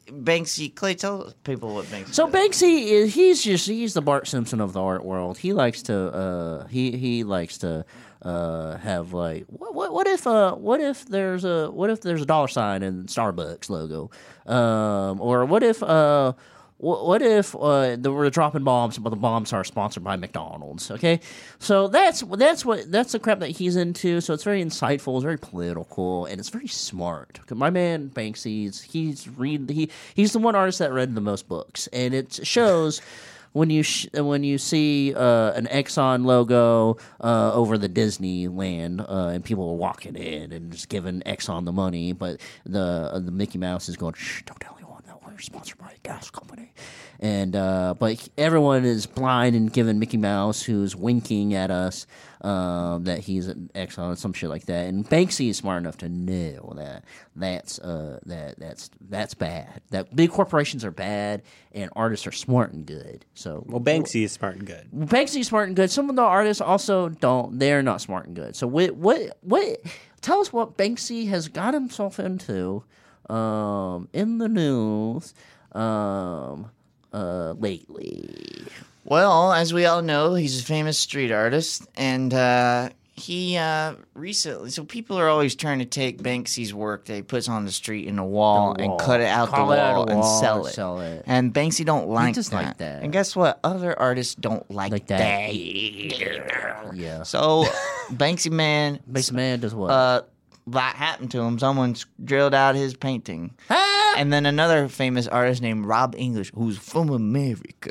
Banksy. Clay, tell people what Banksy.
So
does.
Banksy is he's just he's the Bart Simpson of the art world. He likes to uh he he likes to uh have like what what, what if uh what if there's a what if there's a dollar sign in Starbucks logo? Um or what if uh wh- what if uh, they we're dropping bombs, but the bombs are sponsored by McDonald's? Okay, so that's that's what that's the crap that he's into. So it's very insightful, it's very political, and it's very smart. My man Banksy's he's read he he's the one artist that read the most books, and it shows. [LAUGHS] When you sh- when you see uh, an Exxon logo uh, over the Disneyland uh, and people are walking in and just giving Exxon the money, but the uh, the Mickey Mouse is going, shh, don't tell anyone that we're sponsored by a gas company. And uh, but everyone is blind and giving Mickey Mouse, who's winking at us, um, that he's an Exxon, some shit like that. And Banksy is smart enough to know that that's uh, that that's that's bad. That big corporations are bad, and artists are smart and good. So
Well, Banksy is smart and good.
Banksy's smart and good. Some of the artists also don't. They're not smart and good. So what? What? What? Tell us what Banksy has got himself into um, in the news um, uh, lately.
Well, as we all know, he's a famous street artist, and uh, he uh, recently. So people are always trying to take Banksy's work that he puts on the street in a wall,
The wall.
and cut it out
Call
the
it out
wall,
a
and
wall
sell
and
it.
sell it.
And Banksy don't like
doesn't
that.
like that.
And guess what? Other artists don't like,
Like
that.
that. Yeah. [LAUGHS]
So Banksy man,
Banksy man does what?
uh, that happened to him. Someone s- drilled out his painting.
ah!
And then another famous artist named Rob English, who's from America.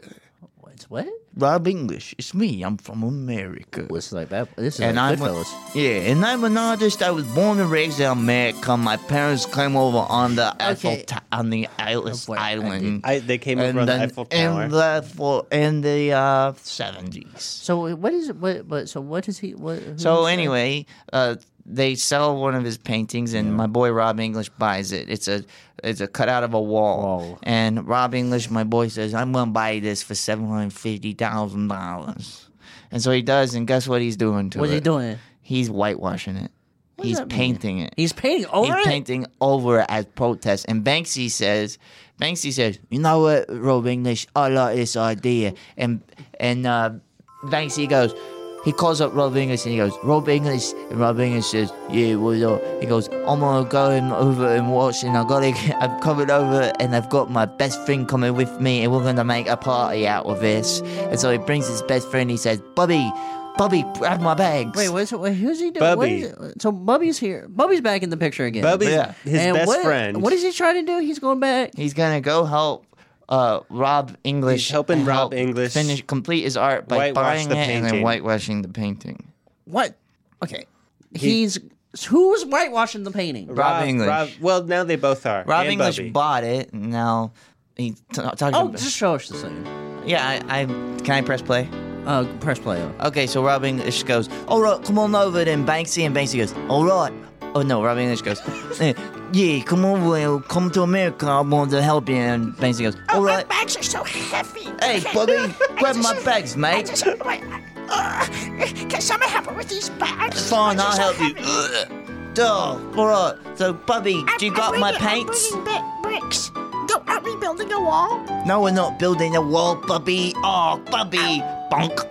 What's what?
Rob English. It's me. I'm from America.
Listen like that. This is
and
like
I'm a,
Goodfellas.
yeah, and I'm an artist. I was born and raised in America. My parents came over on the Eiffel
Okay.
Ti- on the Eilis
boy, I
Island,
I, they came over on the Eiffel Tower.
in the for in the uh, seventies.
So what is it? What? But so what is he? What? who
so
is that?
anyway, uh, they sell one of his paintings, and my boy Rob English buys it. It's a it's a cutout of a wall,
Wall.
and Rob English, my boy, says, "I'm gonna buy this for seven hundred fifty thousand dollars." And so he does, and guess what he's doing to
What's
it?
he doing?
He's whitewashing it.
does
He's
that mean?
painting it.
He's painting over
He's
it.
painting over it as protest. And Banksy says, Banksy says, you know what, Rob English, I like this idea. And and uh, Banksy goes, he calls up Rob English and he goes, Rob English. And Rob English says, yeah, what's up? He goes, I'm going to go in over and watch and I got to, [LAUGHS] get- I've covered over and I've got my best friend coming with me and we're going to make a party out of this. And so he brings his best friend. He says, Bobby, Bobby, grab my bags.
Wait, what's wait, who's he doing? What
Bubby.
is it? So Bubby's here. Bubby's back in the picture again.
Bubby's
Yeah.
his
And
best
what-
friend.
What is he trying to do? He's going back.
He's gonna go help uh, Rob English.
He's helping Rob
help
English
finish complete his art by
whitewash
buying it
the
and then
painting.
whitewashing the painting.
What? Okay. He's who's whitewashing the painting?
Rob English.
well, now they both are.
Rob
and
English
Bubby.
bought it. And now he's t- talking.
Oh,
about,
just show us the scene.
yeah. I, I can I press play.
Uh, press play on.
Okay, so Rob English goes, "All right, come on over." Then Banksy and Banksy goes, "All right." Oh no, Rob English goes, "Eh, "Yeah, come over, come to America. I want to help you." And Banksy goes,
Oh,
"All right."
My bags are so heavy.
Hey, Bobby, grab my bags,
I
mate.
just, wait, uh, can someone help me with these bags?
Fine,
They're
I'll
so
help you.
heavy.
Ugh. Duh. All right. So, Bubby, do you
I'm
got my
bringing- I'm
paints?
bringing ba- bricks. Go, aren't we building a wall?
No, we're not building a wall, Bubby. Oh, Bubby, bonk.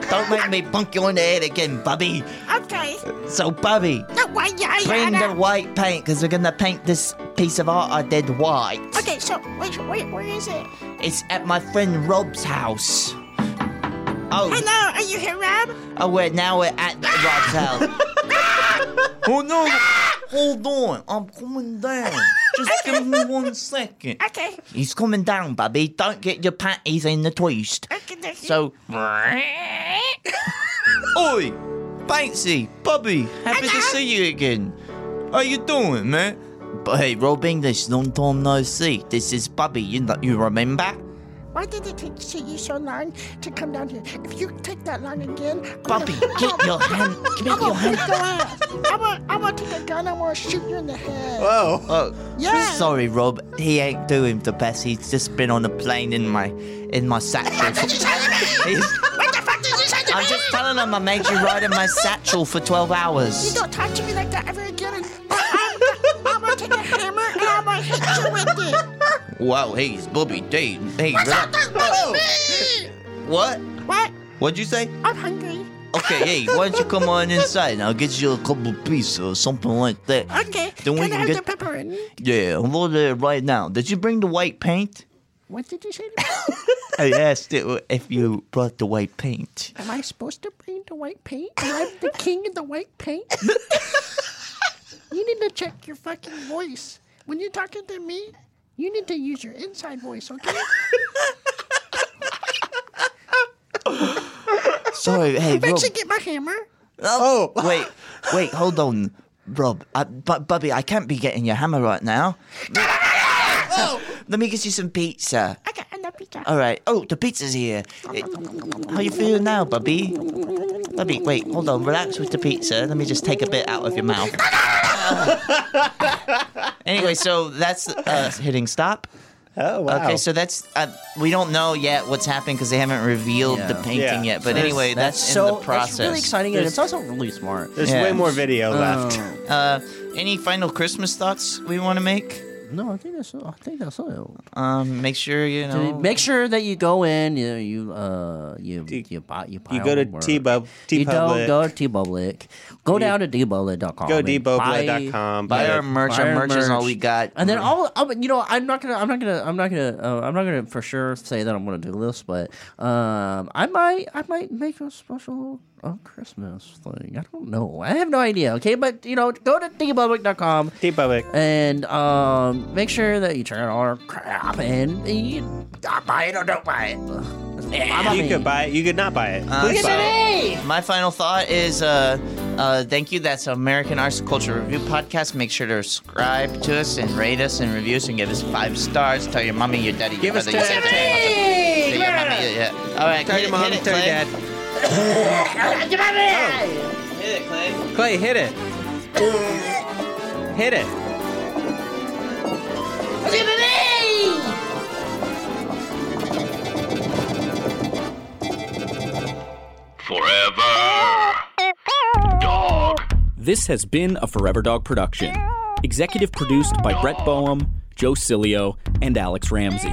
[LAUGHS] Don't make me bonk you on the head again, Bubby.
Okay.
So, Bubby,
No way, yeah, yeah.
bring the
no.
white paint because we're gonna paint this piece of art I did white.
Okay, so wait, wait, where is it?
It's at my friend Rob's house. Oh,
Hello, are you here, Rob?
oh, we're now we're at Rob's house. oh no! Hold on, I'm coming down. Just give me one second.
Okay.
He's coming down, Bubby. Don't get your panties in the twist.
Okay.
So, oi, Banksy, Bubby, happy to see you again. How you doing, man? But hey, Rob English, long time no see. This is Bubby. You know, you remember?
Why did it take see you so long to come down here? If you take that long again, I'm [LAUGHS]
Bobby,
gonna-
get your hand- get
I'm
your
gonna
hand-
kick your ass. I'm gonna, I'm gonna take a gun. I'm gonna shoot you in the head.
Whoa.
Oh,
Yeah.
sorry, Rob. He ain't doing the best. He's just been on a plane in my in my
[LAUGHS]
satchel. He's-
[LAUGHS] What the fuck did you say to
I'm
me?
just telling him I made you ride in my satchel for 12
You
hours.
don't talk to me like that ever again. and I'm, gonna- I'm gonna take a hammer and I'm gonna hit you with it.
Wow, he's Bobby D. Hey, Rob.
Stop that with me!
What?
What?
What'd you say?
I'm hungry.
Okay, hey, why don't you come on inside and I'll get you a couple of pieces or something like that.
Okay.
Then we
can I
can
have
get-
the pepperoni?
Yeah, I'm over there right now. Did you bring the white paint?
What did you say to me?
I asked it if you brought the white paint.
Am I supposed to bring the white paint? Am I the king of the white paint? you need to check your fucking voice. When you're talking to me, you need to use your inside voice, okay?
Sorry, hey,
[LAUGHS] I
Rob.
should get my hammer.
Oh, wait, wait, hold on, Rob. I, bu- Bubby, I can't be getting your hammer right now. [LAUGHS] Let me get you some pizza.
I got enough pizza.
Uh,
All right. Oh, the pizza's here. Eh, How you feeling now, Bubby? Bubby, wait, hold on. Relax with the pizza. Let me just take a bit out of your
[LAUGHS]
mouth. anyway, so that's uh, hitting stop.
Oh, wow.
Okay, so that's uh, we don't know yet what's happened because they haven't revealed the
Yeah.
painting
Yeah.
yet. But
So
anyway, that's, in
so
the process.
That's really exciting and it's also really smart.
There's
Yeah.
way more video left.
Um,
Uh, any final Christmas thoughts we want to make?
no, I think that's I think that's it.
Um, make sure you
So
know.
Make sure that you go in. You you uh you you buy you buy.
You go to T-Bub,
You
T-Public.
don't go to T Public. Go down to dbublet.com.
Go
and
dbublet.com.
buy
but-
our merch.
buy
Our,
our
merch, is all
merch.
we got. Mm-hmm.
And then all, oh, but you know, I'm not gonna, I'm not gonna, I'm not gonna, uh, I'm not gonna for sure say that I'm gonna do this, but um, I might, I might make a special a Christmas thing? I don't know. I have no idea. Okay, but you know, go to thinkypublic.com
Deep public.
and um, make sure that you turn on our crap and you uh, buy it or don't buy it. Ugh. Mama
you
me.
could buy it. You could not buy it. Please buy it.
My final thought is uh, uh, thank you. That's American Arts and Culture Review Podcast. Make sure to subscribe to us and rate us and review us and give us five stars. Tell your mommy, your daddy, your
Give us
mother, your
ten.
sister, your your mommy, your- yeah. All right,
Tell
hit
your
it,
mom.
hit it,
Tell your
Clay. [LAUGHS]
dad. Oh.
Hit it, Clay.
Clay, hit it. hit [LAUGHS] it.
Forever. Dog.
This has been a Forever Dog production. Executive produced by Brett Boehm, Joe Cilio, and Alex Ramsey.